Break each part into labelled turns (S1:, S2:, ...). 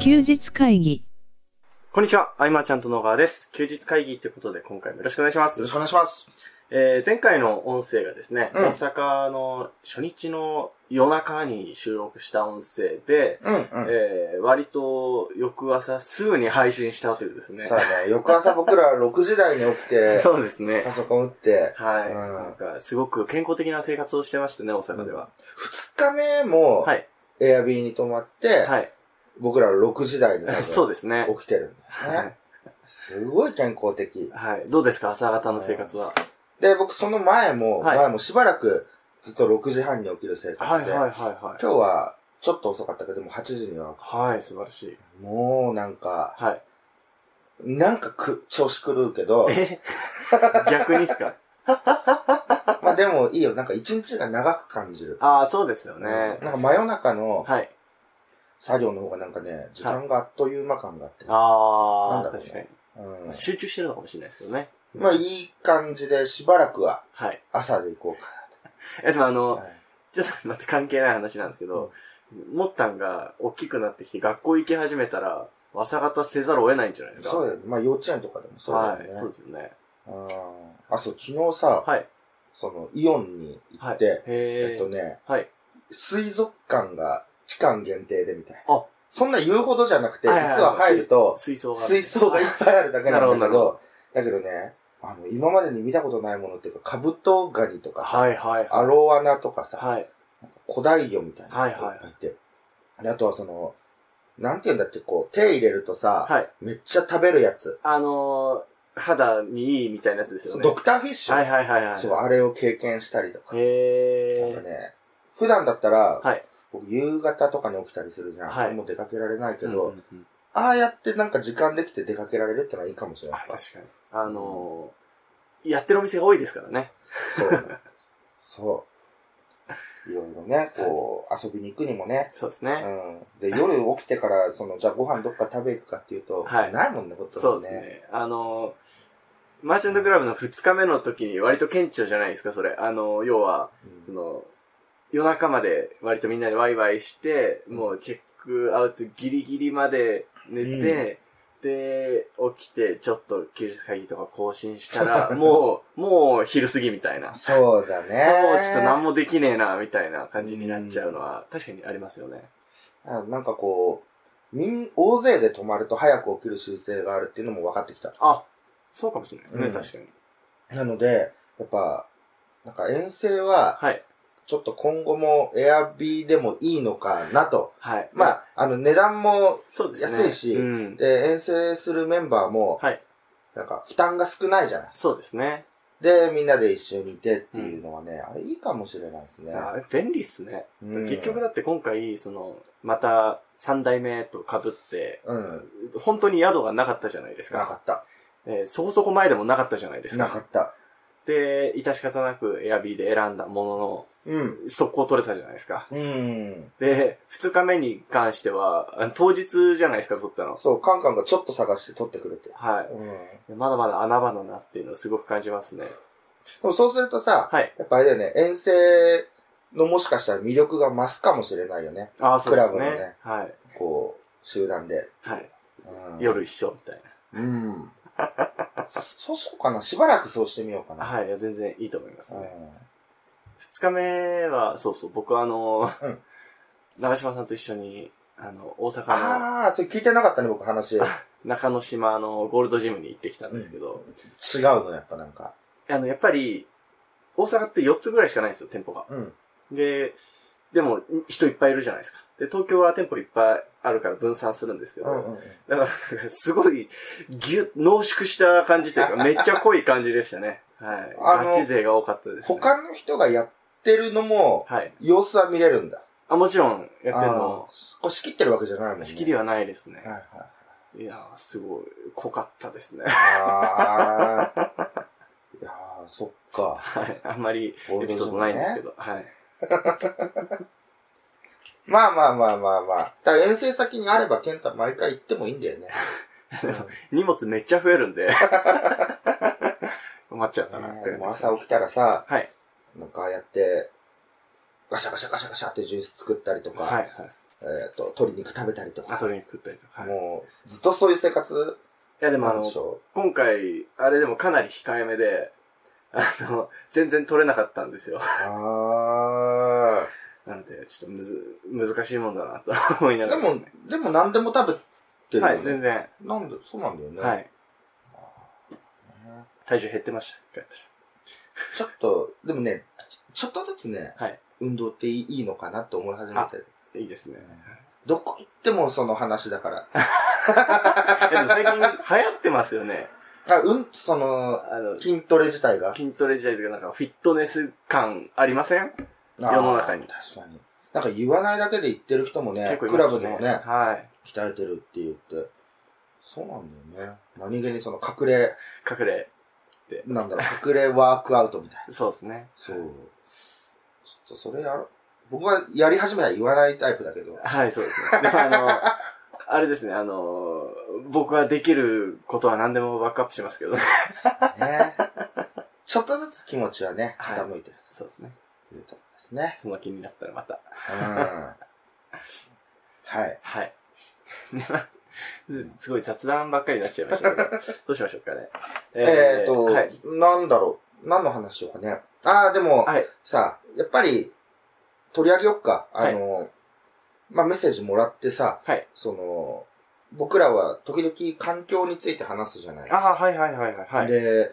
S1: 休日会議。
S2: こんにちは、あいまちゃんと野川です。休日会議ということで、今回もよろしくお願いします。
S3: よろしくお願いします。
S2: えー前回の音声がですね、
S3: うん
S2: 大阪の初日の夜中に収録した音声で、
S3: うんうん。
S2: えー割と翌朝すぐに配信したというですね。
S3: そうだね。翌朝僕ら6時台に起きて、
S2: そうですね
S3: パ。ソコン打って、
S2: はい。
S3: うん
S2: なんか、すごく健康的な生活をしてましたね、大阪では。
S3: 2日目も
S2: は、い。
S3: エアビーに泊まって、
S2: はい。
S3: 僕ら6時台に多分
S2: そうですね。
S3: 起きてるんだよね。すごい健康的。
S2: はい。どうですか、朝方の生活は。
S3: で、僕その前も、
S2: はい
S3: 前もしばらくずっと6時半に起きる生
S2: は
S3: 活
S2: い、
S3: で、
S2: はい、はい、はい。
S3: 今日はちょっと遅かったけど、もう8時には起
S2: はい、素晴らしい。
S3: きて、もうなんか、
S2: はい。、
S3: なんかく調子狂うけど
S2: え 逆にっすか
S3: まあでもいいよ。なんか一日が長く感じる。
S2: ああ、そうですよね。
S3: なんか真夜中の
S2: はい。
S3: 作業の方がなんかね、時間があっという間感があって、
S2: あ
S3: なん
S2: あ、
S3: だろうね
S2: 確かに。
S3: うん
S2: まあ集中してるのかもしれないですけどね。
S3: まあいい感じでしばらくは
S2: はい。
S3: 朝で行こう
S2: え、でもあの、
S3: か。はい
S2: ちょっと待って関係ない話なんですけど、もったんが大きくなってきて学校行き始めたら、朝方せざるを得ないんじゃないですか。
S3: そ
S2: う
S3: うだよね。まあ幼稚園とかでもそうだよね。
S2: はい。そうですよね。
S3: うんあ、そう、昨日さ、
S2: はい。
S3: そのイオンに行
S2: はい
S3: っ。て、
S2: へー
S3: えっとね、
S2: はい。
S3: 水族館が期間限定でみたいな。
S2: あ
S3: そんな言うほどじゃなくて、
S2: はいはいはい
S3: 実は入ると、
S2: 水槽が。
S3: 水槽がいっぱいあるだけなん
S2: な
S3: だ
S2: る
S3: け
S2: ほど
S3: ど、だけどね、あの、今までに見たことないものっていうか、カブトガニとかさ、
S2: はいはい。
S3: アロワナとかさ、
S2: はい。
S3: 古代魚みたいなのが
S2: はい
S3: いっ
S2: はい
S3: ぱいいて。であとはその、なんて言うんだって、こう、手入れるとさ、
S2: はい。
S3: めっちゃ食べるやつ。
S2: あのー、肌にいいみたいなやつですよ
S3: そう
S2: ね。
S3: ドクターフィッシュ、
S2: はいはいはいはい。
S3: そう、あれを経験したりとか。
S2: へ
S3: なんか
S2: ー。
S3: ね、普段だったら、
S2: はい
S3: 僕夕方とかに起きたりするじゃん。
S2: はい
S3: もう出かけられないけ
S2: う
S3: ど、
S2: んうんうん
S3: ああやってなんか時間できて出かけられるってのはいいかもしれ
S2: あ
S3: ない。
S2: 確かに。あのー、やってるお店が多いですからね。
S3: そう。そう。いろいろね、こう、遊びに行くにもね。
S2: そうです
S3: う
S2: ね。
S3: ん。で、夜起きてから、その、じゃあご飯どっか食べ行くかっていうと、
S2: はい
S3: ないもんね、こと
S2: そうです。ね。あの、マーチャントクラブの2日目の時に割と顕著じゃないですか、それ。あの、要は、
S3: うん
S2: その、夜中まで割とみんなでワイワイして、もうチェックアウトギリギリまで寝て、で、起きて、ちょっと休日会議とか更新したら、 もう、もう昼過ぎみたいな。もう
S3: そうだ
S2: ち
S3: ね。
S2: ょっと何もできねえな、みたいな感じになっちゃうのは、確かにありますよね。
S3: あなんかこう、みん、大勢で泊まると早く起きる習性があるっていうのも分かってきた。
S2: あ、そうかもしれないですね、
S3: うん
S2: 確かに。
S3: なので、やっぱ、なんか遠征は、
S2: はい。
S3: ちょっと今後もエアビーでもいいのかなと。
S2: はい。
S3: ま、あ、あの、値段も、
S2: そうですね。
S3: 安いし
S2: うん。
S3: で、遠征するメンバーも、
S2: はい。
S3: なんか負担が少ないじゃないですか。
S2: そうですね。
S3: で、みんなで一緒にいてっていうのはね、あれいいかもしれないですね。
S2: あ便利っすね。
S3: うん
S2: 結局だって今回、その、また3代目と被って、
S3: うん。
S2: 本当に宿がなかったじゃないです
S3: なか
S2: か。
S3: った。
S2: えーそこそこ前でもなかったじゃないです
S3: な
S2: か。
S3: かった。
S2: で、致し方なくエアビーで選んだも
S3: うん。
S2: のの、速攻取れたじゃないですか。
S3: うん。
S2: で、2日目に関しては、あの当日じゃないですか、取ったの。
S3: そう、カンカンがちょっと探して取ってくれて。
S2: は
S3: うん。
S2: い。
S3: で
S2: まだまだ穴場だなっていうのをすごく感じますね。
S3: もそうするとさ、
S2: はい。
S3: やっぱあれだよね、遠征のもしかしたら魅力が増すかもしれないよね。
S2: ああ、そうです
S3: クラブの
S2: ね
S3: ね。
S2: はい。
S3: こう、集団で。
S2: はい。
S3: うん
S2: 夜一緒みたい
S3: うん。 そうしようかな。しばらくそうしてみようか
S2: な。
S3: な。
S2: はい。いや全然いいと思います
S3: う
S2: ね。
S3: ん
S2: 二日目は、そうそう、僕はあの、
S3: うん
S2: 長島さんと一緒に、あの、大阪の
S3: ああ、それ聞いてなかったね、僕話。違う
S2: 中之島のゴールドジムに行ってきたんですけど、
S3: の、やっぱなんか。
S2: あの、やっぱり、大阪って4つぐらいしかないんですよ、店舗が。
S3: うん。
S2: で、でも、人いっぱいいるじゃないですか。で、東京は店舗いっぱいあるから分散するんですけ
S3: う
S2: ど、
S3: んうん。
S2: だから、なんかすごい、ぎゅ、濃縮した感じというか、めっちゃ濃い感じでしたね。は
S3: あ
S2: い。
S3: の
S2: ガチ勢が多かったです、ね。
S3: 他の人がやってるのも、
S2: はい。
S3: 様子は見れるんだ。
S2: あ、もちろん、やってる
S3: あ
S2: の、
S3: ーこれ仕切ってるわけじゃないもんね。
S2: 仕切りはないですね。
S3: はいはい。
S2: いやー、すごい、濃かったですね。
S3: ああ。 いやー、そっか。
S2: はい。あんまりエピソードないんですけど。はい。
S3: まあまあまあまあまあ。だから遠征先にあれば、ケンタ毎回行ってもいいんだ よね。
S2: 荷物めっちゃ増えるんで。 困っちゃったなって
S3: で
S2: 感じ
S3: も
S2: です。
S3: 朝起きたらさ、
S2: はい。
S3: なんかああやって、ガシャガシャガシャガシャってジュース作ったりとか、
S2: はい。はい。
S3: えっ、と、鶏肉食べたりと
S2: あ、
S3: か。
S2: 鶏肉食ったりとか。はい、い
S3: もう、ずっとそういう生活
S2: や、でもあ
S3: なん
S2: の
S3: でし、ょ
S2: 今回、あれでもかなり控えめで、あの、全然取れなかったんですよ
S3: う。。あ
S2: なんで、ちょっとむず、難しいもんだなと思いな
S3: あ。
S2: が
S3: で
S2: ら
S3: も
S2: すね、
S3: でも何でも食べてるよ
S2: は
S3: ね。
S2: い、全然。
S3: なんで、そうなんだよね。
S2: はい。
S3: ね
S2: 体重減ってました。一回やっ
S3: ちょっと、でもね、ちょっとずつね、
S2: はい
S3: 運動っていいのかなって思い始めてる。
S2: たらいいですね。
S3: どこ行ってもその話だから。
S2: いやでも最近流行ってますよね。
S3: あ、うん、その、
S2: あの、
S3: 筋トレ自体が。
S2: 筋トレ時代というか、なんかフィットネス感ありません世の中に
S3: あー確かに。なんか言わないだけで言ってる人もね
S2: 結、構い
S3: ク
S2: ま
S3: ラ
S2: す
S3: ブ
S2: ね。
S3: でもね、
S2: はい。
S3: 鍛えてるって言って。そうなんだよね。何気にその隠れ、
S2: 隠れ。
S3: なんだろう、隠れワークアウトみたいな。
S2: そうですね。
S3: そう。ちょっとそれやろ、僕はやり始めたら言わないタイプだけ ど。
S2: はい、そうですね。でもあ の、あれですね、あの、僕はできることは何でもバックアップしますけどね。
S3: ね。ちょっとずつ気持ちはね、
S2: はい
S3: 傾いてる
S2: そうですね。
S3: というところですね。
S2: その気になったらまた。
S3: うん。はい。
S2: はい。 ねまあすごい雑談ばっかりになっちゃいましたけど、どうしましょうかね。
S3: えっ、ー、と、
S2: はい。
S3: なんだろう。何の話しようかね。ああ、でも、
S2: はい。
S3: さ、やっぱり、取り上げよっか。あの、まあ、メッセージもらってさ、
S2: はい
S3: その、僕らは時々環境について話すじゃないですか。
S2: ああ、はいはいはいはいはい。
S3: で、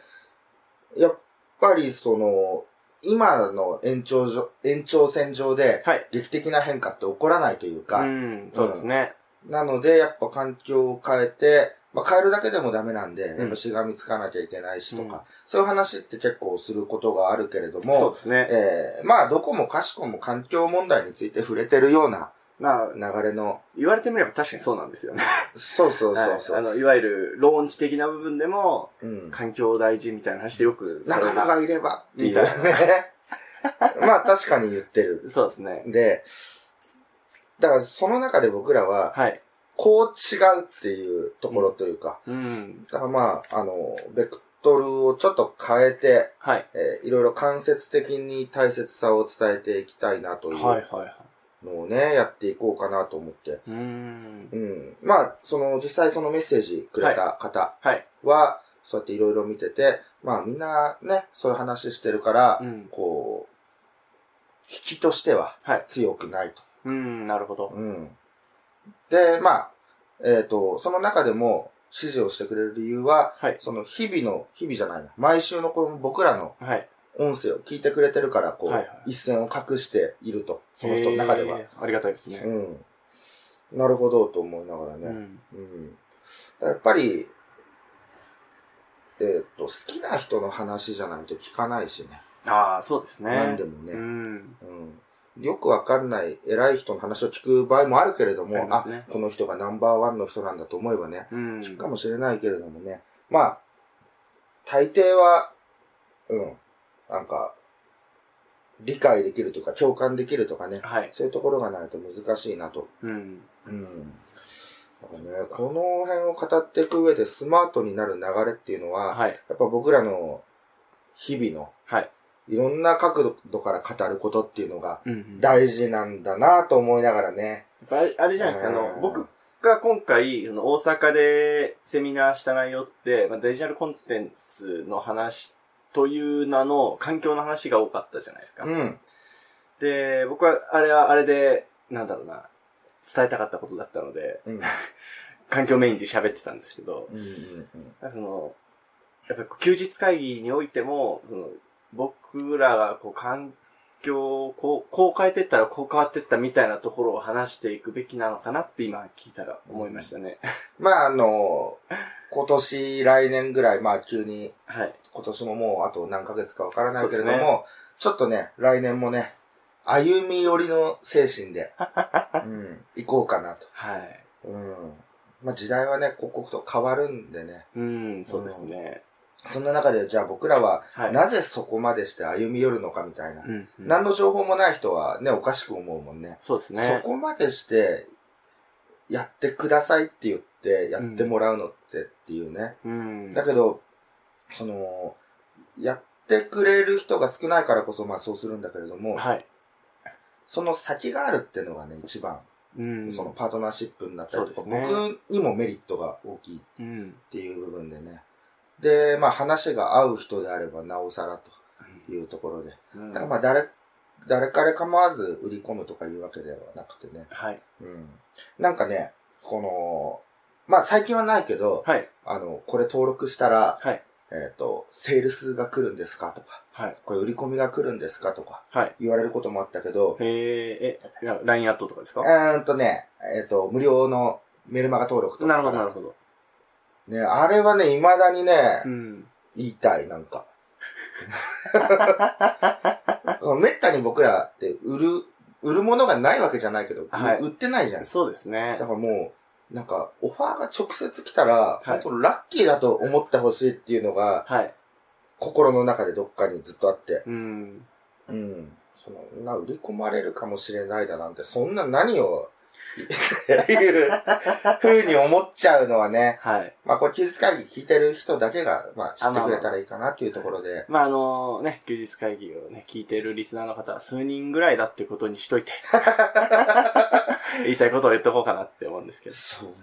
S3: やっぱりその、今の延長上延長線上で、
S2: はい。
S3: 劇的な変化って起こらないという
S2: う
S3: か、
S2: ん、そうですね。
S3: なので、やっぱ環境を変えて、まあ、変えるだけでもダメなんで、
S2: ん
S3: やっぱしがみつかなきゃいけないしとか、
S2: うん
S3: そういう話って結構することがあるけれども、
S2: そうですね。
S3: えーまあ、どこもかしこも環境問題について触れてるような
S2: まあ、
S3: 流れの、
S2: 言われてみれば確かにそうなんですよね。
S3: そうそうそうそう、
S2: はい、あの、いわゆる論知的な部分でも、
S3: うん、
S2: 環境大事みたいな話でよく、それ
S3: 仲間がいればっていう
S2: み
S3: ね。 まあ、確かに言ってる。
S2: そうですね。
S3: で、だからその中で僕らは、
S2: はい。
S3: こう違うっていうところというか、
S2: うん。
S3: だからまあ、あの、ベクトルをちょっと変えて、
S2: はい。
S3: えーいろいろ間接的に大切さを伝えていきたいなとい
S2: はいうはいは
S3: のをね、やっていこうかなと思って。
S2: い。うーん
S3: う。ん。まあ、その、実際そのメッセージくれた方
S2: はい。
S3: は、そうやっていろいろ見てて、まあみんなね、そういう話してるから、
S2: うん。
S3: こう、引きとしては
S2: はい。
S3: 強くないと。
S2: うん、なるほど。
S3: うん。で、まあ、えっ、と、その中でも支持をしてくれる理由は、
S2: はい。
S3: その日々の、日々じゃないな、毎週のこの僕らの
S2: はい。
S3: 音声を聞いてくれてるから、こう、
S2: はいはい
S3: 一線を隠していると、その人の中では
S2: へ。ー。ありがたいですね。
S3: うん。なるほど、と思いながらね。
S2: うん。
S3: うん。やっぱり、えーっと、好きな人の話じゃないと聞かないしね。
S2: ああ、そうですね。
S3: 何でもね、
S2: うん。
S3: うんよくわかんない偉い人の話を聞く場合もあるけれど
S2: あ
S3: も
S2: り、ま
S3: あ
S2: すね
S3: この人がナンバーワンの人なんだと思えばね、
S2: うん。
S3: 聞くかもしれないけれどもね。まあ、大抵は、うん、なんか、理解できるとか共感できるとかね、
S2: はい。
S3: そういうところがないと難しいなと
S2: うん。
S3: うん。なんかね、この辺を語っていく上でスマートになる流れっていうのは、
S2: はい。
S3: やっぱ僕らの日々の
S2: はい。
S3: いろんな角度から語ることっていうのが
S2: うん。
S3: 大事なんだなと思いながらね。
S2: あれあれじゃないですか、あ
S3: う
S2: の、
S3: ん
S2: 僕が今回、その大阪でセミナーした内容って、まあ、デジタルコンテンツの話という名の環境の話が多かったじゃないですか。
S3: うん。
S2: で、僕はあれはあれで、なんだろうな、伝えたかったことだったので、
S3: うん。
S2: 環境メインで喋ってたんですけど、
S3: うん。うん
S2: その、やっぱりこう休日会議においても、その僕らがこう環境をこう、こう変えてったらこう変わってったみたいなところを話していくべきなのかなって今聞いたら思いましたね。
S3: まあ、あの、今年、来年ぐらい、まあ、急に、
S2: はい。
S3: 今年ももうあと何ヶ月かわからないけれ
S2: そ
S3: ど
S2: う
S3: も、
S2: ですね
S3: ちょっとね、来年もね、歩み寄りの精 神で、うん、行こうかなと。
S2: はい。
S3: うん。まあ時代はね、刻々と変わるんでね。
S2: うん、そうですね。
S3: そんな中で、じゃあ僕らは、
S2: はい。
S3: なぜそこまでして歩み寄るのかみたいな。
S2: うん、うん
S3: 何の情報もない人はね、おかしく思うもんね。
S2: そうですね
S3: そ。こまでして、やってくださいって言って、やってもらうのってっていうね。
S2: うん。
S3: だけど、その、やってくれる人が少ないからこそ、まあそうするんだけれども、
S2: はい。
S3: その先があるっていうのがね、一番
S2: うん。
S3: そのパートナーシップになったりとか、
S2: そうです
S3: 僕にもメリットが大きい
S2: うん。
S3: っていう部分でね。で、まあ話が合う人であればなおさらというところで。
S2: うん
S3: だからまあ誰、誰彼構わず売り込むとかいうわけではなくてね。
S2: はい。
S3: うん。なんかね、この、まあ最近はないけど、
S2: はい。
S3: あの、これ登録したら、
S2: はい。
S3: えっ、と、セールスが来るんですかとか、
S2: はい。
S3: これ売り込みが来るんですかとか
S2: はい。
S3: 言われることもあったけど、
S2: へえ、え、いや、LINE アットとかです
S3: う
S2: か
S3: ーんとね、えっ、と、無料のメルマガ登録とか。
S2: なるほど、なるほど。
S3: ね、あれはね、未だにね、
S2: うん。
S3: 言いたい、な んか。めったに僕らって売る、売るものがないわけじゃないけど、
S2: はい
S3: 売ってないじゃん。だ
S2: そうですね
S3: か。らもう、なんか、オファーが直接来たら、
S2: い
S3: 本当ラッキーだと思ってほしいっていうのが、
S2: はい。
S3: 心の中でどっかにずっとあって、
S2: うん。
S3: うん。そんな売り込まれるかもしれないだなんて、そんな何を、いうふうに思っちゃうのはね、
S2: はい。
S3: まあ、これ休日会議聞いてる人だけが、まあ、知ってくれたらいいかなっていうところで、
S2: まあ、あのね、休日会議をね、聞いてるリスナーの方は数人ぐらいだってことにしと いて、言いたいことを言っとこうかなって思うんですけど。
S3: そう、も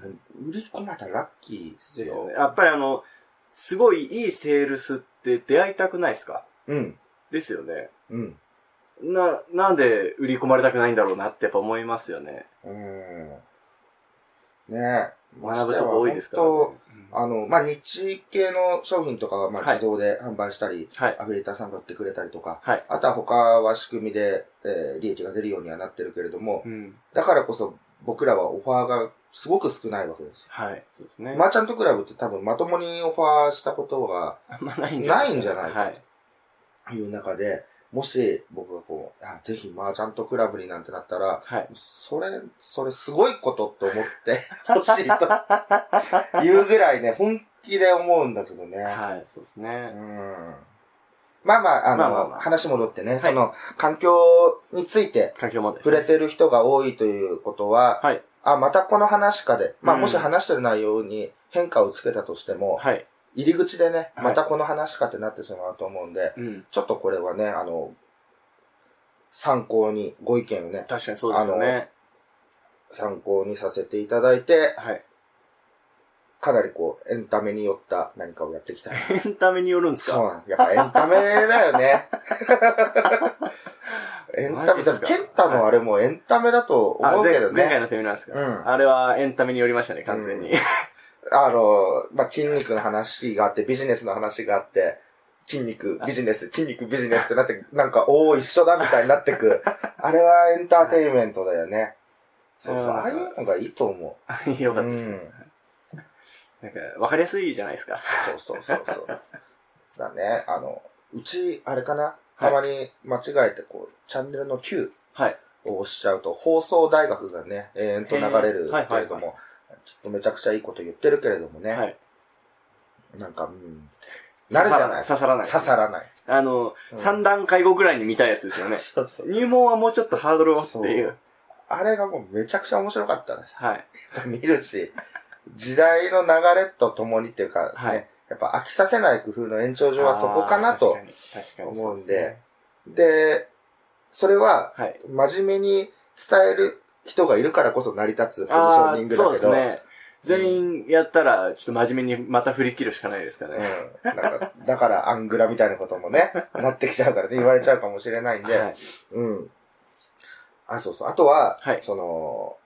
S3: う売り込まれたらラッキーですよ。
S2: ですよね。やっぱりあの、すごいいいセールスって出会いたくないですか
S3: うん、
S2: ですよね。
S3: うん。
S2: な、なんで売り込まれたくないんだろうなってやっぱ思いますよね。
S3: うーん。ねえ。
S2: 学ぶとこ多いですから、ね。
S3: 本当あの、まあ、日系の商品とかは、まあ、
S2: はい
S3: 自動で販売したり、
S2: はい。
S3: アフィリエーターさんが売ってくれたりとか、
S2: はい。
S3: あとは他は仕組みで、えー利益が出るようにはなってるけれども、
S2: うん。
S3: だからこそ僕らはオファーがすごく少ないわけですよ。
S2: はい。そうですね。
S3: マーチャントクラブって多分まともにオファーしたことが
S2: あん まないんじゃ
S3: ない
S2: です
S3: んじゃない
S2: か。は
S3: か
S2: い。
S3: という中で、もし僕がこう、あ、ぜひマーチャントクラブになんてなったら、
S2: はい。
S3: それ、それすごいことって思って ほしいというぐらいね、本気で思うんだけどね。
S2: はい。そうです
S3: う
S2: ね。
S3: ん。まあまあ、あの、
S2: まあまあまあ
S3: 話戻ってね、
S2: い
S3: その、環境について
S2: 環境問題です
S3: 触
S2: ね、
S3: れてる人が多いということは、
S2: はい。
S3: あ、またこの話かで、まあ
S2: うん
S3: もし話してる内容に変化をつけたとしても、
S2: はい。
S3: 入り口でね、
S2: はい
S3: またこの話かってなってしまうと思うんで、
S2: うん。
S3: ちょっとこれはね、あの、参考に、ご意見をね、
S2: 確かにそうですよね。
S3: 参考にさせていただいて、
S2: はい。
S3: かなりこう、エンタメによった何かをやっ ていきたい。
S2: エンタメによるんです
S3: そう
S2: か
S3: なんやっぱエンタメだよ ね。エンタ
S2: マ
S3: メ、
S2: ジ
S3: だ
S2: っすか
S3: ケンタのあれもエンタメだと思うけど
S2: 前前回
S3: ね。
S2: のセミナーですか、
S3: うん
S2: あれはエンタメによりましたね、完全に。
S3: あの、まあ、筋肉の話があって、ビジネスの話があって、筋肉、ビジネス、筋肉、ビジネスってなって、なんか、おお、一緒だみたいになってく。あれはエンターテインメントだよね。そうそう、
S2: うん
S3: ああいうのがいいと思 う。
S2: よかったです。
S3: うん。
S2: なんか、わかりやすいじゃないですか。
S3: そうそうそうそう。だね、あの、うち、あれかな、たまに間違えて、こう、チャンネルの Q
S2: はい。
S3: を押しちゃうと、放送大学がね、延々と流れ
S2: へ
S3: る
S2: ーはいはいはい
S3: けれども、ちょっとめちゃくちゃいいこと言ってるけれどもね、
S2: はい。
S3: なんか、うん、なるじゃない
S2: 刺さらない。
S3: 刺さらない。
S2: あの、
S3: うん
S2: 三段階後ぐらいに見たいやつですよね。
S3: そうそう。
S2: 入門はもうちょっとハードルをってい。
S3: そうあれがもうめちゃくちゃ面白かったです。
S2: はい。
S3: 見るし、時代の流れとともにっていうか、ね、
S2: はい
S3: やっぱ飽きさせない工夫の延長上はそこかなと
S2: あー。確かに確かに
S3: 思うんで
S2: そね
S3: で、それは、
S2: はい。
S3: 真面目に伝える人がいるからこそ成り立つポジシ
S2: あ
S3: ョ
S2: あ
S3: ニン
S2: ー、
S3: グ
S2: そう
S3: だ
S2: で
S3: け
S2: す
S3: ど、
S2: ね。全員やったら、ちょっと真面目にまた振り切るしかないですかね。
S3: うん、なんかだからアングラみたいなこと もね、なってきちゃうからね、言われちゃうかもしれないんで、
S2: はい。
S3: うん。あ、そうそう。あとは、
S2: はい
S3: その、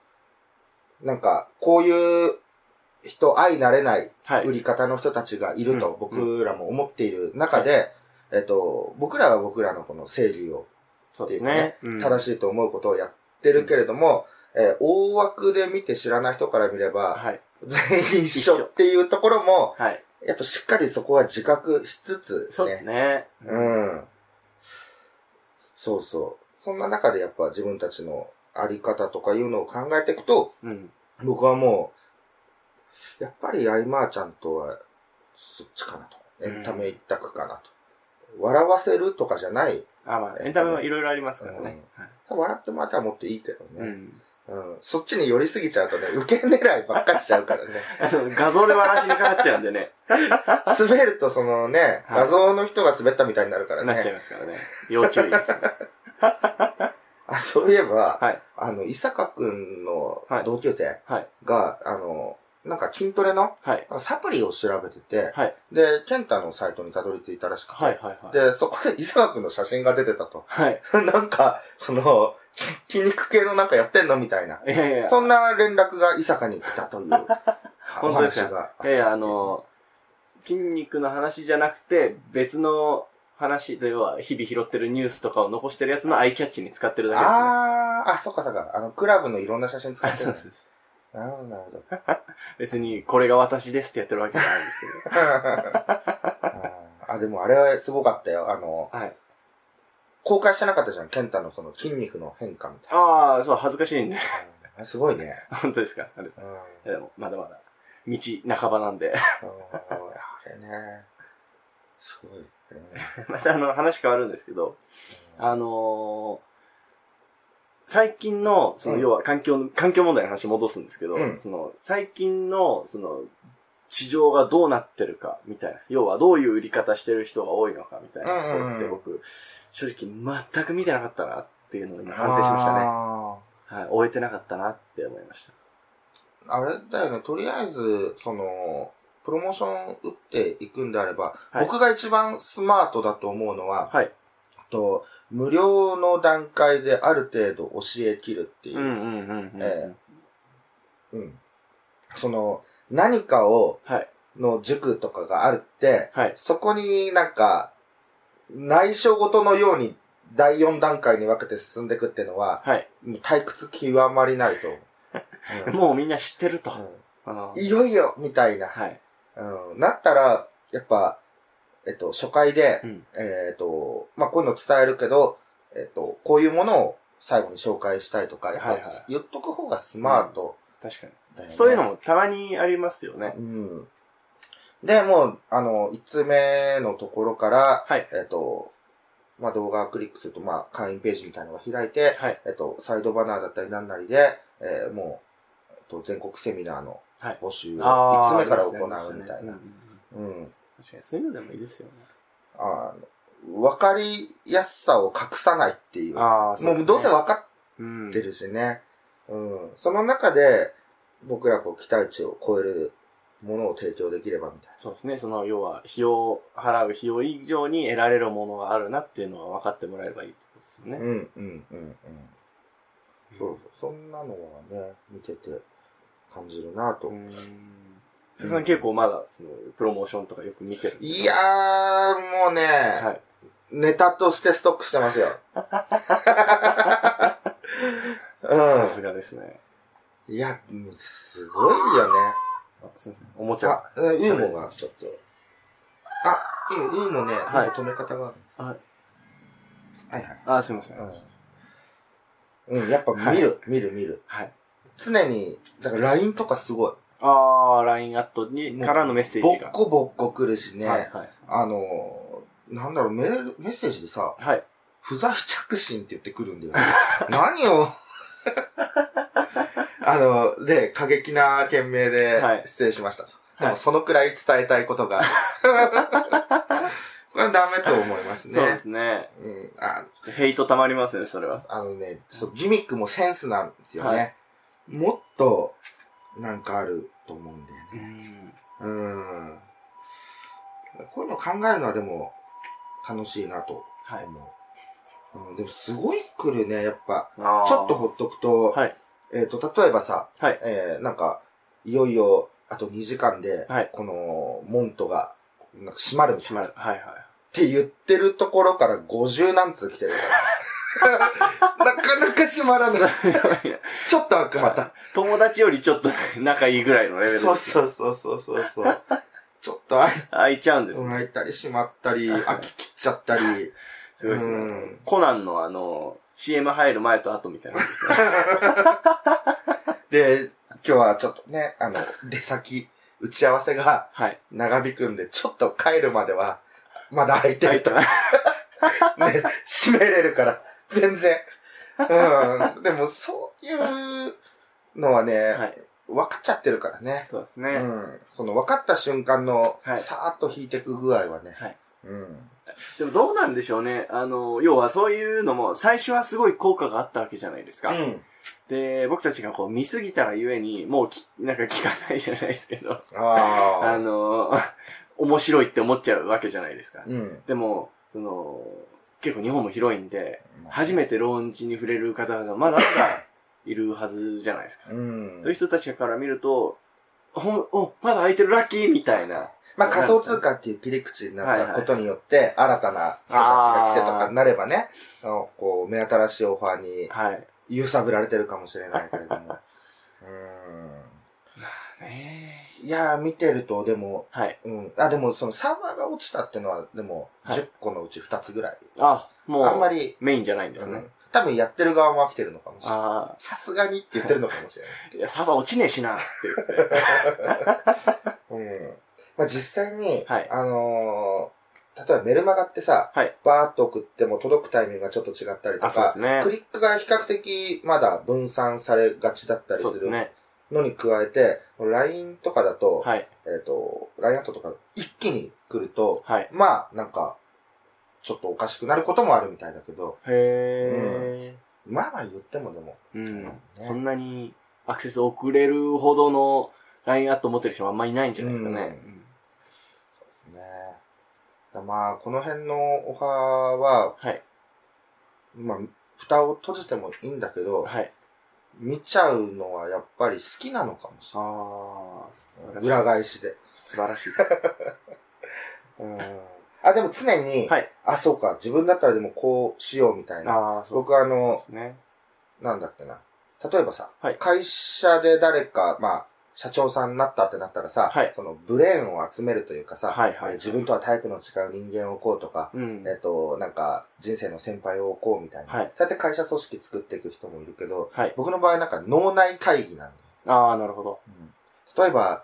S3: なんか、こういう人、相なれない
S2: はい
S3: 売。り方の人たちがいる
S2: う
S3: と
S2: ん
S3: 僕らも思っている中で、えっと、僕らは僕らのこの整理を
S2: そう
S3: って
S2: で
S3: い
S2: す
S3: うかね
S2: ね。うん
S3: 正しいと思うことをやってるけれども、えー大枠で見て知らない人から見れば、
S2: はい。
S3: 全員一緒っていうところも、
S2: はい。
S3: やっぱしっかりそこは自覚しつつ、
S2: そうです。ね。
S3: うん。そうそう。そんな中でやっぱ自分たちのあり方とかいうのを考えていくと、
S2: うん。
S3: 僕はもう、やっぱりアイマーちゃんとは、そっちかなと。エンタメ一択かなと。笑わせるとかじゃない。
S2: あ、まあ、エンタメはいろいろありますからね。
S3: 笑ってもらったらもっといいけどね。
S2: はいうん。
S3: うんそっちに寄りすぎちゃうとね、受け狙いばっかりしちゃうから ね。
S2: あの画像で笑わしにかかっちゃうんでね。
S3: 滑るとそのね、
S2: はい
S3: 画像の人が滑ったみたいになるから
S2: なっちゃい
S3: ね。
S2: ますからね。 要注意ですね。
S3: あ、そういえば、
S2: はい。
S3: あの、伊坂くんのの、
S2: はい
S3: 同級生
S2: はい。
S3: が、あの、なんか筋トレの
S2: はい。
S3: サプリを調べてて、
S2: はい
S3: で、ケンタのサイトにたどり着いたらしくて、
S2: はい。はい。
S3: で、そこで 伊沢くんの写真が出てたと。
S2: はい。
S3: なんか、その、き筋肉系のなんかやってんのみたいな。
S2: いやいやいや。
S3: そんな連絡が伊坂に来たという、
S2: 本当ですか
S3: お話が
S2: いやいや、あの、筋肉の話じゃなくて、別の話、例えば、日々拾ってるニュースとかを残してるやつのアイキャッチに使ってるだけですね。
S3: あー、あ、そっかそっか。あの、クラブのいろんな写真使
S2: あ
S3: って
S2: そう
S3: る
S2: で。すそうです。
S3: なるほど、なるほど。
S2: 別に、これが私ですってやってるわけじゃないんです
S3: あー、でもあれはすごかったよ。あの、
S2: けど。はい。
S3: 公開してなかったじゃん。ケンタのその筋肉の変化みたい
S2: ああ、そう、恥ずかしいんで。
S3: なうん。すごいね。
S2: 本当ですかあれです
S3: うん。うん
S2: いやでも、まだまだ、道半ばなんで。
S3: あれね。すごいね。
S2: またあの、話変わるんですけど、あのー最近の、その、
S3: うん
S2: 要は環境の、環境問題の話戻すんですけど、
S3: うん
S2: その、最近の、その、市場がどうなってるか、みたいな。要はどういう売り方してる人が多いのか、みたいなところ
S3: うん
S2: っ
S3: うん
S2: て
S3: うん
S2: 僕、正直全く見てなかったなっていうのを今反
S3: 反
S2: 省
S3: 省
S2: し
S3: し
S2: ま
S3: ま
S2: し
S3: したた
S2: ね。
S3: ね。
S2: はい。終えてなかったなって思いました。
S3: あれだよね、とりあえず、その、プロモーション打っていくんであれば、
S2: はい
S3: 僕が一番スマートだと思うのは、
S2: はい。
S3: と無料の段階である程度教え切るっていうう。
S2: んうんうんうん。
S3: えうんその、何かを、
S2: はい。
S3: の塾とかがあるって、
S2: はい。
S3: そこになんか、内緒ごとのように第4段階に分けて進んでいくっていうのは、
S2: はい。
S3: もう退屈極まりないと思う。
S2: もうみんな知ってると。
S3: うん
S2: あの
S3: いよいよみたいな。
S2: はい。
S3: うん、なったら、やっぱ、えっと、初回で、
S2: うん
S3: えっと、まあ、こういうの伝えるけど、えっと、こういうものを最後に紹介したいとか、やっぱ、
S2: はいはい
S3: 言っとく方がスマート
S2: 確かに。
S3: だよね。
S2: そういうのもたまにありますよね。
S3: うん。で、もう、あの、1通目のところから、
S2: はい。
S3: えっと、まあ、動画をクリックすると、まあ、会員ページみたいなのが開いて、
S2: はい。
S3: えっと、サイドバナーだったりなんなりで、えーもう、えっと、全国セミナーの
S2: はい。
S3: 募集を
S2: ああ
S3: 1通
S2: ー、
S3: 目から
S2: あ
S3: 行
S2: ります
S3: う
S2: ね
S3: みたい
S2: ありますねうんう
S3: な。
S2: んうん
S3: うん。
S2: 確かに、そういうのでもいいですよね。
S3: あの、わかりやすさを隠さないっていう。
S2: ああ、
S3: もうどうせわか
S2: うん
S3: ってるしね。うん。その中で、僕らこう期待値を超えるものを提供できればみたい
S2: そうですね。その、要は、費用、払う費用以上に得られるものがあるなっていうのは分かってもらえればいいってことですよ
S3: な。
S2: ね。
S3: うん、うん、うん、うん。そうそう。そんなのはね、見てて感じるなと。
S2: ん。鈴木さん結構まだ、その、プロモーションとかよく見てるんですか
S3: いやー、もうね、
S2: はい。
S3: ネタとしてストックしてます よ。
S2: さす
S3: う
S2: がですね。
S3: ん。いや、もうすごいよね。
S2: あすみません。おもちゃ
S3: あ。、うんウーモがちょっと。あ、今、ウーモね、
S2: はい
S3: なんか止め方がある。
S2: はい。
S3: はいはい。
S2: あ、すみません。
S3: うん、やっぱ見る、見る、見る。
S2: はい。
S3: 常に、だから LINE とかすご
S2: ああ、LINE アットに、
S3: い。
S2: からのメッセー
S3: ぼ
S2: ジ
S3: っ
S2: が。
S3: こぼっこ来るしね。
S2: はい。はい。
S3: あのー、なんだろう、メール、メッセージでさ、
S2: はい。
S3: 不在着信って言ってくるんだよ、ね。 何を あの、で、過激な件名で
S2: はい
S3: 失礼しました。
S2: い
S3: でもそのくらい伝えたいこと が。これはダメと思いますね。
S2: そうですね。
S3: うん、あ
S2: ちょっとヘイト溜まりますね、それは。
S3: あのねそう、ギミックもセンスなんですよね。
S2: は
S3: もっと、なんかあると思うんだよね。
S2: うん。
S3: うん。こういうの考えるのはでも、楽しいなと
S2: はい。
S3: 思う。うん、でもすごい来るね、やっぱ。
S2: あー
S3: ちょっと。ほっとくと、
S2: はい。
S3: えっ、と、例えばさ、
S2: はい
S3: えーなんか、いよいよ、あと2時間で、
S2: はい
S3: この、モントが、なんか閉まるみたい
S2: 閉まる。はいはい。
S3: って言ってるところから50何通来 てる。なかなか閉まら ない。ちょっと開くまた。
S2: 友達よりちょっと 仲いいぐらいのレベル
S3: そうそうそうそうそうそう。ちょっと開い
S2: 開いちゃうんですね。
S3: 開いたり閉まっ たり、開き切っちゃったり。
S2: すごいです
S3: う
S2: ね
S3: ん。
S2: コナンのあの、CM 入る前と後みたいな感じですね。
S3: で、今日はちょっとね、あの、出先、打ち合わせが
S2: はい。
S3: 長引くんで、ちょっと帰るまでは、まだ開いて
S2: 開
S3: る
S2: いて
S3: と。
S2: ます。
S3: ね、閉めれるから、全然。うん。でも、そういうのはね、
S2: はい。
S3: 分かっちゃってるからね。
S2: そうです
S3: う
S2: ね。
S3: ん。その分かった瞬間の
S2: は、い
S3: さーっと引いてく具合はね。
S2: はい
S3: うん。
S2: でもどうなんでしょうね。あの、要はそういうのも、最初はすごい効果があったわけじゃないですか。
S3: ん。
S2: で、僕たちがこう見すぎたがゆえに、もうき、なんか聞かないじゃないですけど、あ
S3: ああ。
S2: の、面白いって思っちゃうわけじゃないですか。
S3: うん。
S2: でも、その、結構日本も広いんで、
S3: は
S2: 初めてローンチに触れる方々、まだまだいるはずじゃないですか。
S3: うん
S2: そういう。人たちから見ると、ほん、お、まだ空いてるラッキーみたいな。
S3: まあ仮想通貨っていう切り口になったことによって、新たな人たちが来てとかになればね、あのこう、目新しいオファーに
S2: はい。
S3: 揺さぶられてるかもしれないけれ ども。う
S2: ね
S3: ん。いやー、見てると、でも、
S2: えはい。
S3: うん。あ、でもそのサーバーが落ちたっていうのは、でも、
S2: はい
S3: 10個のうち2つぐらい。
S2: あ、もう、
S3: あんまり、
S2: メインじゃないんです
S3: う
S2: ね。
S3: ん多分やってる側も飽きてるのかもしれない。
S2: あ
S3: さすがにって言ってるのかも しれない。
S2: あ、いや、サーバー落ちねえしな、って言って。
S3: うん。まあ、実際に、
S2: はい
S3: あのー例えばメルマガってさ、
S2: はい
S3: バーっと送っても届くタイミングがちょっと違ったりと
S2: あ、そうで
S3: か、
S2: すね
S3: ク。リックが比較的まだ分散されがちだったりす
S2: そうです
S3: る
S2: ね。
S3: のに加えて、LINE とかだと、
S2: はい。
S3: えっ、と、LINE アットとか一気に来ると、
S2: はい。
S3: まあ、なんか、ちょっとおかしくなることもあるみたいだけど、
S2: へえ、
S3: まあまあ言ってもでも、
S2: うん。
S3: ね
S2: そんなにアクセス遅れるほどの LINE アット持ってる人はあんまりいないんじゃないですかね。うん
S3: ね。だまあ、この辺のオファーは、
S2: はい。
S3: まあ、蓋を閉じてもいいんだけど、
S2: はい。
S3: 見ちゃうのはやっぱり好きなのかもし
S2: ああ、素
S3: れ
S2: 晴
S3: な
S2: ら
S3: い。
S2: しい。
S3: 裏返しで。
S2: 素晴ら しいです。
S3: うん。あ、でも常に、
S2: はい。
S3: あ、そうか、自分だったらでもこうしようみたいな。
S2: ああ、そう
S3: 僕あ
S2: そう
S3: の
S2: で、すね。
S3: なんだっけな。例えばさ、
S2: はい
S3: 会社で誰か、まあ、社長さんになったってなったらさ、
S2: はい
S3: そのブレーンを集めるというかさ、
S2: はいはい
S3: えー自分とはタイプの違う人間を置こうとか、
S2: うん。
S3: えっと、なんか、人生の先輩を置こうみたいな。
S2: はい
S3: そうやって会社組織作っていく人もいるけど、
S2: はい。
S3: 僕の場合なんか脳内会議なんだよ。
S2: ああ、なるほど。
S3: 例えば、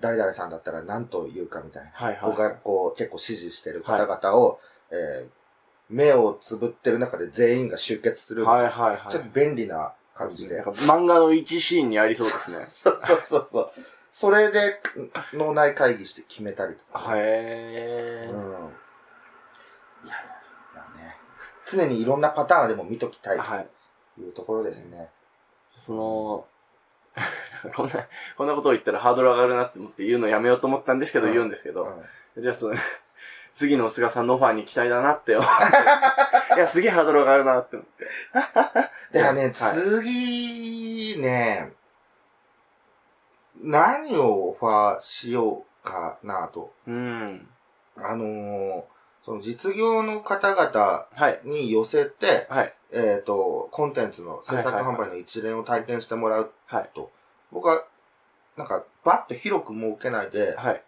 S3: 誰々さんだったら何と言うかみたいな。
S2: はいはい。
S3: 僕がこう結構支持してる方々を、えー目をつぶってる中で全員が集結する。
S2: はいはいはい。
S3: ちょっと便利な感じで。。
S2: なんか漫画の一シーンにありそうですね
S3: そうそうそうそう。それで脳内会議して決めたりとか。
S2: へえ
S3: うん。いやい。や、だね。常にいろんなパターンはでも見ときたい
S2: はい。
S3: というところですね。
S2: その、 こんな、こんなことを言ったらハードル上がるなって思って言うのやめようと思ったんですけど、
S3: うん
S2: 言うんですけ
S3: う
S2: ど、
S3: ん
S2: じゃあその、 次の菅さんのオファーに期待だなって思って。いや、すげえハードル上がるなって思って。
S3: だからね、
S2: はい
S3: 次ね、何をオファーしようかなと。
S2: うん。
S3: あのーその実業の方々
S2: はい。
S3: に寄せて、
S2: はい。
S3: えっ、と、コンテンツの制作
S2: はいはい
S3: 販
S2: は
S3: 売の一連を体験してもらうと、
S2: はい
S3: 僕は、なんか、バッと広く設けないで、
S2: はい。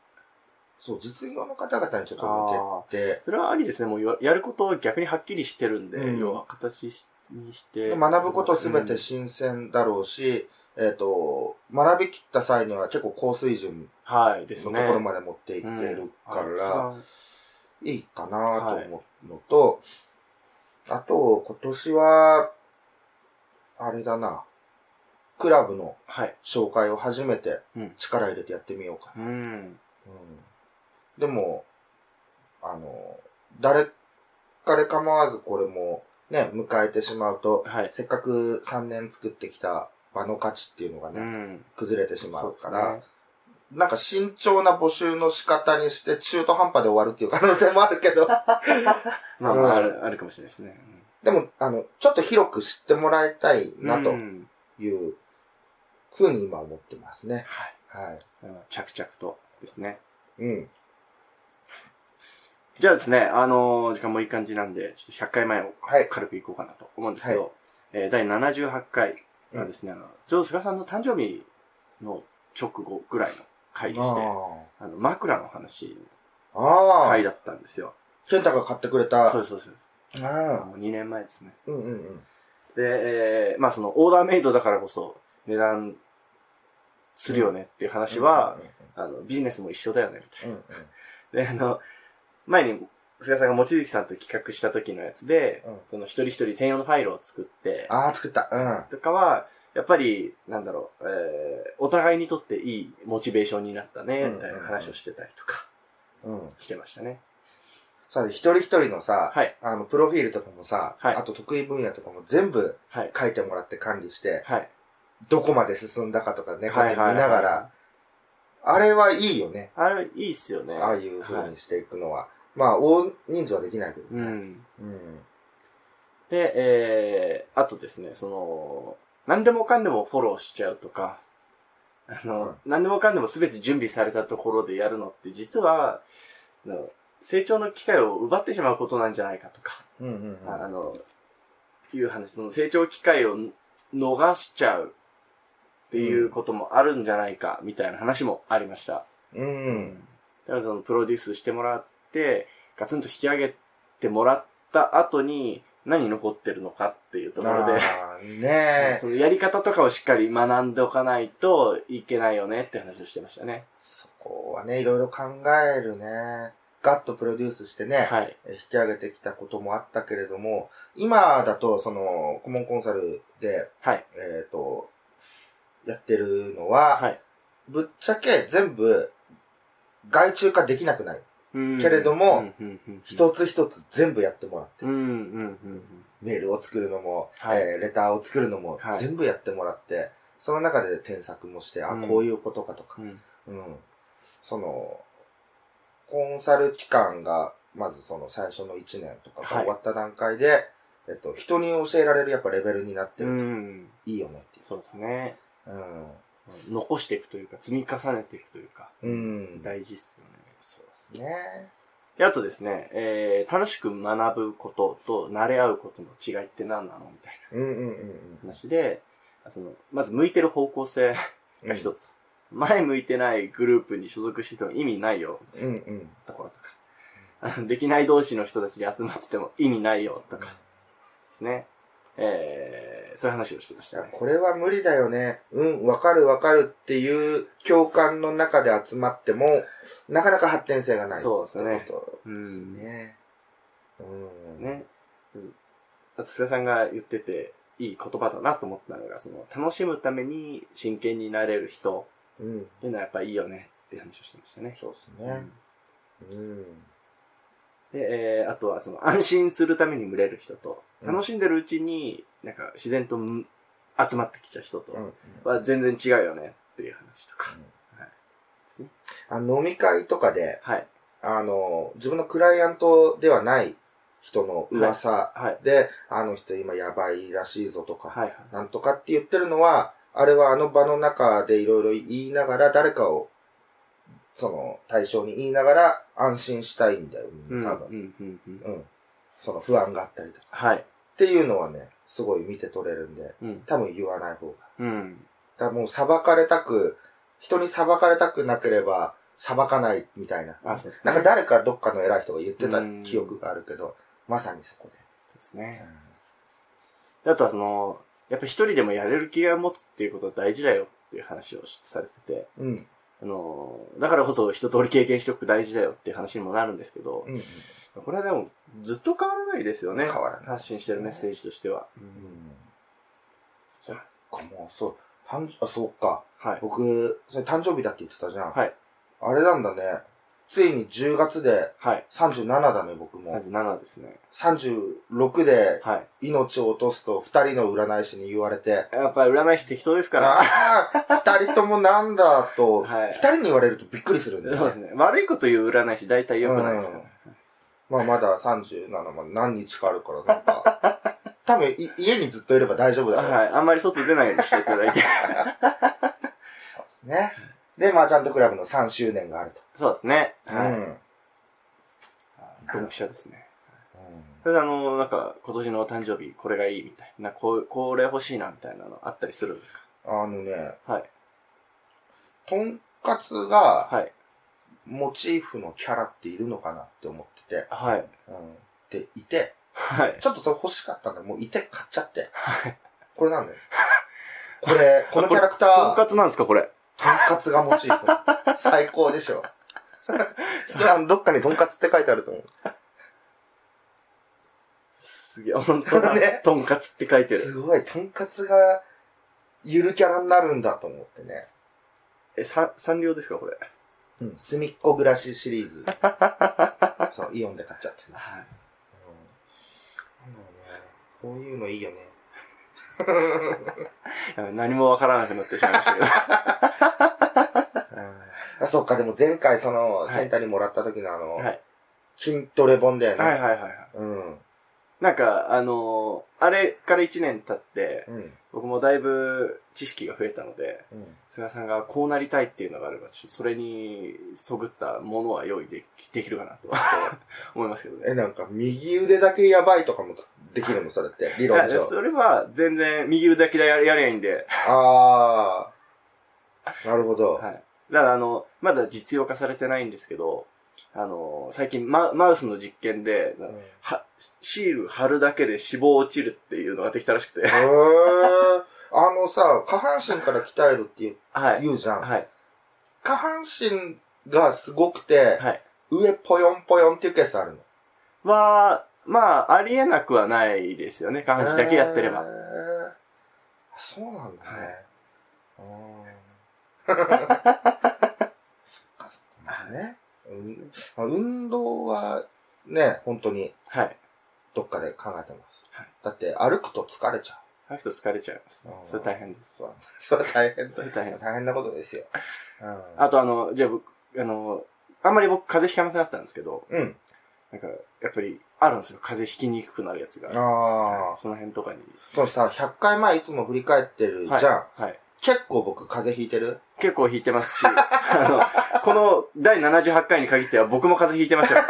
S3: そう、実業の方々にちょっと向けて、
S2: それはありですね。もうややることを逆にはっきりしてるんで、
S3: うん
S2: 要は形にして。
S3: 学ぶことすべ
S2: う
S3: て
S2: ん
S3: 新鮮だろうし、えっ、と、学びきった際には結構高水準
S2: はい、です
S3: の
S2: ね。
S3: ところまで持っていけるか
S2: うん
S3: ら、
S2: あ
S3: いいかなと思うのと、あと、今年は、あれだな、クラブの
S2: はい。
S3: 紹介を初めて
S2: うん
S3: 力入れてやってみようかな。
S2: うん。
S3: うん、でも、あの、誰彼構わずこれもね、迎えてしまうと、
S2: はい。
S3: せっかく3年作ってきた場の価値っていうのがね、
S2: うん。
S3: 崩れてしまうから、
S2: そうですね
S3: なんか慎重な募集の仕方にして中途半端で終わるっていう可能性もあるけど、
S2: まあま
S3: うん
S2: あ、ある、あるかもしれないですね。
S3: でも、あの、ちょっと広く知ってもらいたい
S2: うん
S3: なと
S2: うん
S3: いうふうに今思ってますね。
S2: はい。
S3: はい。
S2: 着々とですね。
S3: うん。
S2: じゃあですね、あのー時間もいい感じなんで、ちょっと100回前を
S3: はい。
S2: 軽くいこうかなと思うんですけど、えー第78回がですね、あの、ちょうど菅さんの誕生日の直後ぐらいの回でして、あの、枕の話、
S3: ああ。は
S2: 回
S3: い。
S2: だったんですよ。
S3: 健太が買ってくれた。
S2: そうです、そうですそうです。
S3: ああ。
S2: もう2年前ですね。
S3: うんうんうん。
S2: で、えーまあその、オーダーメイドだからこそ、値段、するよねっていう話は、、あの、ビジネスも一緒だよね、みたいな。
S3: うんうん。
S2: で、あの、前に、菅さんが望月さんと企画した時のやつで、
S3: うん
S2: その一人一人専用のファイルを作って、
S3: ああ、作った。う
S2: とかは、やっぱり、なんだろう、えーお互いにとっていいモチベーションになったね、みたいな話をしてたりとか
S3: ん。うん。
S2: してましたね。
S3: さ、一人一人のさ、
S2: はい
S3: あの、プロフィールとかもさ、
S2: はい
S3: あと得意分野とかも全部
S2: はい。
S3: 書いてもらって管理して、
S2: はい。
S3: どこまで進んだかとかね、こうやって見
S2: はい
S3: ながら、。あれはいいよね。
S2: あれ、いいっすよね。
S3: ああいう風にしていくのは。まあ、大人数はできないけど
S2: う
S3: ね。
S2: ん。
S3: うん。
S2: で、えー、あとですね、その、何でもかんでもフォローしちゃうとか、あの、何でもかんでも全て準備されたところでやるのって、実は、あの成長の機会を奪ってしまうことなんじゃないかとか、
S3: うんうんうん。
S2: あの、いう話、その成長機会を逃しちゃうっていうこともあるんじゃないか、みたいな話もありました。
S3: うん。
S2: だからそのプロデュースしてもらって、ガツンと引き上げてもらった後に、何残ってるのかっていうところで、
S3: あー ねえ
S2: そ。のやり方とかをしっかり学んでおかないといけないよねって話をしてましたね。
S3: そこはね、いろいろ考えるね。ガッとプロデュースしてね、
S2: はい。
S3: え引き上げてきたこともあったけれども、今だと、その、顧問コンサルで、
S2: はい。
S3: えっ、と、やってるのは、
S2: はい。
S3: ぶっちゃけ全部、外注化できなくない。けれども、
S2: 人、
S3: 一つ一つ全部やってもらう。
S2: うん、うん、うん。
S3: メールを作るのも、
S2: はい
S3: えーレターを作るのも
S2: は、い
S3: 全部やってもらって、その中で添削もして、あ、
S2: うん
S3: こういうことかとか
S2: う、ん
S3: うん。その、コンサル期間が、まずその最初の1年とかが
S2: はい
S3: 終わった段階で、えっと、人に教えられるやっぱレベルになって
S2: う
S3: ると
S2: ん。
S3: いいよねってい
S2: そうですね。
S3: う。うん。
S2: 残していくというか、積み重ねていくというか、
S3: うん。
S2: 大事っすよね。
S3: そうですね。
S2: であとですね、えー、楽しく学ぶことと慣れ合うことの違いって何なのみたいな
S3: うんうんうんうん。
S2: 話で、その、まず向いてる方向性が一つ。前向いてないグループに所属してても意味ないよ、みた
S3: う
S2: い
S3: ん
S2: な
S3: うん。
S2: ところとか。 あのできない同士の人たちで集まってても意味ないよ、とかですね。えー、そういう話をしてまし
S3: い
S2: た
S3: や
S2: ね。
S3: これは無理だよね。うん、わかるわかるっていう共感の中で集まっても、なかなか発展性がない。
S2: そうですね
S3: ってこ
S2: う
S3: とです
S2: ん。
S3: ね。うん。
S2: ね。あと、須田さんが言ってて、いい言葉だなと思ったのが、その、楽しむために真剣になれる人
S3: うん。
S2: っていうのはやっぱいいよねっていう話をしてましたね。
S3: そうです
S2: う
S3: ね
S2: ん。
S3: うん。
S2: で、えーあとはその安心するために群れる人と、
S3: うん
S2: 楽しんでるうちに、なんか自然とむ集まってきた人と
S3: うん
S2: は全然違うよねっていう話とか。
S3: あ飲み会とかで、
S2: はい。
S3: あの、自分のクライアントではない人の噂
S2: はい。
S3: で、あの人今やばいらしいぞとか、
S2: はい。
S3: なんとかって言ってるのは、あれはあの場の中でいろいろ言いながら、誰かを、その対象に言いながら安心したいんだよ、
S2: う
S3: み
S2: ん。
S3: ん
S2: う
S3: なん多分。。
S2: うんうん
S3: うん。その不安があったりとか。
S2: はい。
S3: っていうのはね、すごい見て取れるんで、
S2: うん。
S3: 多分言わない方が。
S2: うん。
S3: だからもう裁かれたく、人に裁かれたくなければ、裁かないみたいな。
S2: あ、そうです
S3: な
S2: ね。
S3: んか誰かどっかの偉い人が言ってた
S2: うん
S3: 記憶があるけど、まさにそこ
S2: そうです
S3: で。
S2: ね。であとはその、やっぱ一人でもやれる気が持つっていうことは大事だよっていう話をされてて、
S3: うん。うん。
S2: あのー、だからこそ一通り経験しておく大事だよっていう話にもなるんですけど、
S3: うん。
S2: これはでもずっと変わらないですよね。
S3: 変わらない
S2: 発信してるメッセージとしては。
S3: うんそっか、もう、そう、誕生あ、そうか。
S2: はい。
S3: 僕、それ誕生日だって言ってたじゃん。
S2: はい。
S3: あれなんだね。ついに10月で
S2: はい。
S3: 37だね、僕も。
S2: 37ですね。
S3: 36で
S2: はい。
S3: 命を落とすと2人の占い師に言われて、
S2: やっぱり占い師適当ですから。
S3: ああ、2人ともなんだと、
S2: はい
S3: 2人に言われるとびっくりするんだ
S2: そう
S3: よ
S2: です
S3: ね。
S2: ね。悪いこと言う占い師大体良くないですから。
S3: まあまだ37まで何日かあるから、なんか、多分い家にずっといれば大丈夫だろう。
S2: はい。あんまり外出ないようにしていただいて。
S3: そうですね。で、マーチャントクラブの3周年があると。
S2: そうですね。はい。
S3: うん
S2: ドンピシャですね。
S3: う
S2: それであの、なんか、今年の誕生日、これがいいみたいな、こうこれ欲しいなみたいなのあったりするんですか
S3: んあのね、
S2: はい。
S3: とんかつが
S2: はい。
S3: モチーフのキャラっているのかなって思ってて、
S2: はい。
S3: うん、で、いて、
S2: はい。
S3: ちょっとそれ欲しかったんで、もういて買っちゃって。これなんだよ。これ、このキャラク タ
S2: とん
S3: ー、
S2: かつなんですか、これ。
S3: とんかつがモチ ーフ。最高でし ょ。あのどっかにとんかつって書いてあると思う。
S2: すげえ、本当だ
S3: ね
S2: ね。とんかつって書いてる。
S3: すごい、とんかつが、ゆるキャラになるんだと思ってね。
S2: え、さ、三両ですか、これ。
S3: うん、隅っこ暮らしシリーズ。そう、イオンで買っちゃって ね。
S2: はい。
S3: うんなんだろうね。こういうのいいよね。
S2: 何もわからなくなってしまいました けど。
S3: あ、そっか、でも前回その、
S2: はい
S3: 変態にもらった時のあの、
S2: はい。
S3: 筋トレ本だよね。
S2: はいはいはいはい。
S3: うん。
S2: なんか、あのーあれから1年経って、
S3: うん。
S2: 僕もだいぶ知識が増えたので、
S3: うん。
S2: 菅さんがこうなりたいっていうのがあれば、ちょっとそれにそぐったものは用意できできるかなと思いますけどね。
S3: え、なんか、右腕だけやばいとかもつできるのそれって、理
S2: い
S3: 論
S2: や、
S3: 上。
S2: それは全然右腕だけでややりゃいいんで、
S3: あー。なるほど。
S2: はい。だからあの、まだ実用化されてないんですけど、あのー最近ママウスの実験で、
S3: うん
S2: は、シール貼るだけで脂肪落ちるっていうのができたらしくて。
S3: へー。あのさ、下半身から鍛えるっていう
S2: はい。
S3: 言うじゃん。
S2: はい。
S3: 下半身がすごくて、
S2: はい。
S3: 上ぽよんぽよんっていうケースあるの。
S2: は、まあ、ありえなくはないですよね。下半身だけやってれば。
S3: へー。そうなんだね。うーんそっかそっか。まあね。うんまあ運動はね、本当に
S2: はい。
S3: どっかで考えてます。
S2: はい
S3: だって歩くと疲れちゃ
S2: あの人疲れちゃいますね
S3: う。ん。
S2: それ大変です。
S3: そうなんです。それ大変
S2: それ大変です。
S3: 大変なことですよ。うん。
S2: あとあの、じゃあ僕、あの、あんまり僕風邪ひかなくなったんですけど、
S3: うん。
S2: なんか、やっぱりあるんですよ。風邪ひきにくくなるやつが。
S3: ああ。
S2: その辺とかに。
S3: そうさ、100回前いつも振り返ってる
S2: はい。
S3: じゃん。
S2: はい。
S3: 結構僕風邪ひいてる
S2: 結構ひいてますし、 あの、この第78回に限っては僕も風邪ひいてましたよ。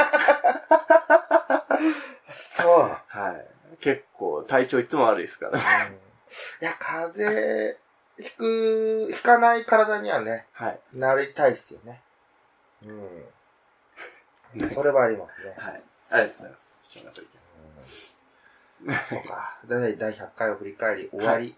S3: そう。
S2: はい。結構体調いつも悪いですから。
S3: いや、風邪、ひく、ひかない体にはね、
S2: はい。
S3: なりたいっすよね。うん。それはありますね。
S2: はい。ありがとうございます。貴重なご意見
S3: そうか。で、第100回を振り返り、終わり。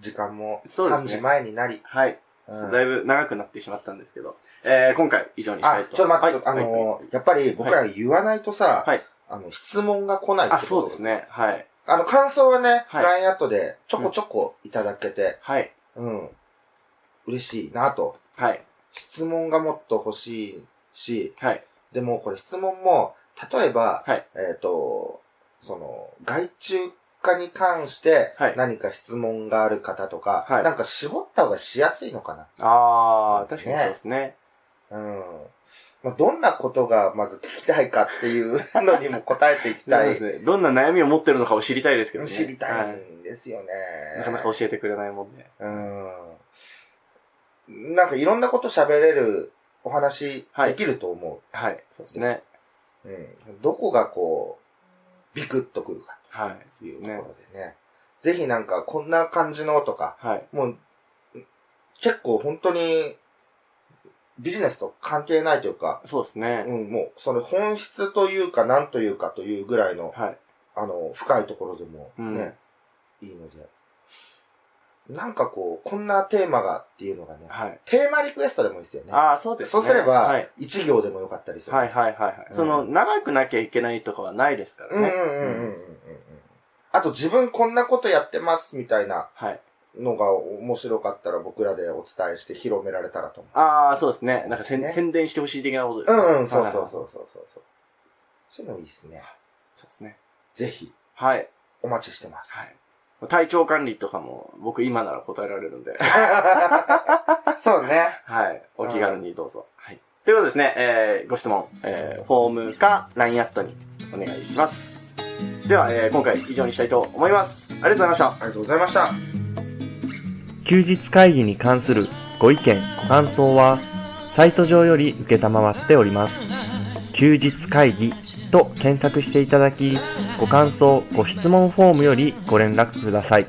S3: 時間も
S2: そうです
S3: 3
S2: ね
S3: 時前になり。
S2: はい。
S3: うん
S2: そうだいぶ長くなってしまったんですけど、えー、今回以上にし
S3: あ
S2: たい、と。
S3: ちょっと待って、
S2: はい
S3: あ
S2: はい
S3: のーやっぱり僕ら言わないとさ、
S2: はい
S3: あの、質問が来ないって
S2: あ、
S3: こと
S2: そうです。ね。はい。
S3: あの、感想はね、
S2: はい
S3: LINE アットでちょこちょこいただけて、
S2: はい。
S3: うん、嬉しいなと。
S2: はい。
S3: 質問がもっと欲しいし、
S2: はい。
S3: でもこれ質問も、例えば、
S2: はい
S3: えっ、と、その、外注化に関して
S2: はい、
S3: 何か質問がある方とか、
S2: はい
S3: なんか絞った方がしやすいのか
S2: あー、確かにそうですね。
S3: な。うん。まあ、どんなことがまず聞きたいかっていう のにも答えていき
S2: そう
S3: た
S2: で
S3: い。
S2: すね。どんな悩みを持ってるのかを知りたいですけどね。
S3: 知りた
S2: はい
S3: んですよね。
S2: い。なかなか教えてくれないもんで。
S3: うん。なんかいろんなこと喋れるお話
S2: はい
S3: できると思う。
S2: はい。そうですね。
S3: うん。どこがこう、ビクッとくるか
S2: はい。そういう
S3: とこ
S2: ね。
S3: ろでね。ぜひなんか、こんな感じのとか、
S2: はい。
S3: もう、結構本当に、ビジネスと関係ないというか、
S2: そうです
S3: う
S2: ね。
S3: ん、もう、その本質というか、なんというかというぐらいの、
S2: はい。
S3: あの、深いところでもね、いいので。なんかこう、こんなテーマがっていうのがね、
S2: はい。
S3: テーマリクエストでもいいですよね。
S2: あー、そうですね。
S3: そうすれ
S2: は
S3: ば
S2: い。、
S3: 一行でもよかったりする。
S2: はいはいはいはい。
S3: うん
S2: その、長くなきゃいけないとかはないですから
S3: うんうん
S2: ね。
S3: うんうんうんうん。あと自分こんなことやってますみたいな
S2: はい。
S3: のが面白かったら僕らでお伝えして広められたらと思
S2: あー、そうですね。なんかせん
S3: ね
S2: 宣伝してほしい的なことで
S3: う。
S2: すね
S3: うんうん、そうそう
S2: はい
S3: そうそうそうそう。そういうのいいですね。
S2: そうですね。
S3: ぜひ
S2: はい。
S3: お待ちしてます。
S2: はい。体調管理とかも、僕今なら答えられるんで。
S3: そうね。
S2: はい。お気軽にどうぞ。はい。ということですね、えー、ご質問、えー、フォームか LINE アットにお願いします。では、えー、今回以上にしたいと思います。ありがとうございました。
S3: ありがとうございました。
S1: 休日会議に関するご意見、ご感想は、サイト上より受けたまわっております。休日会議と検索していただき、ご感想、ご質問フォームよりご連絡ください。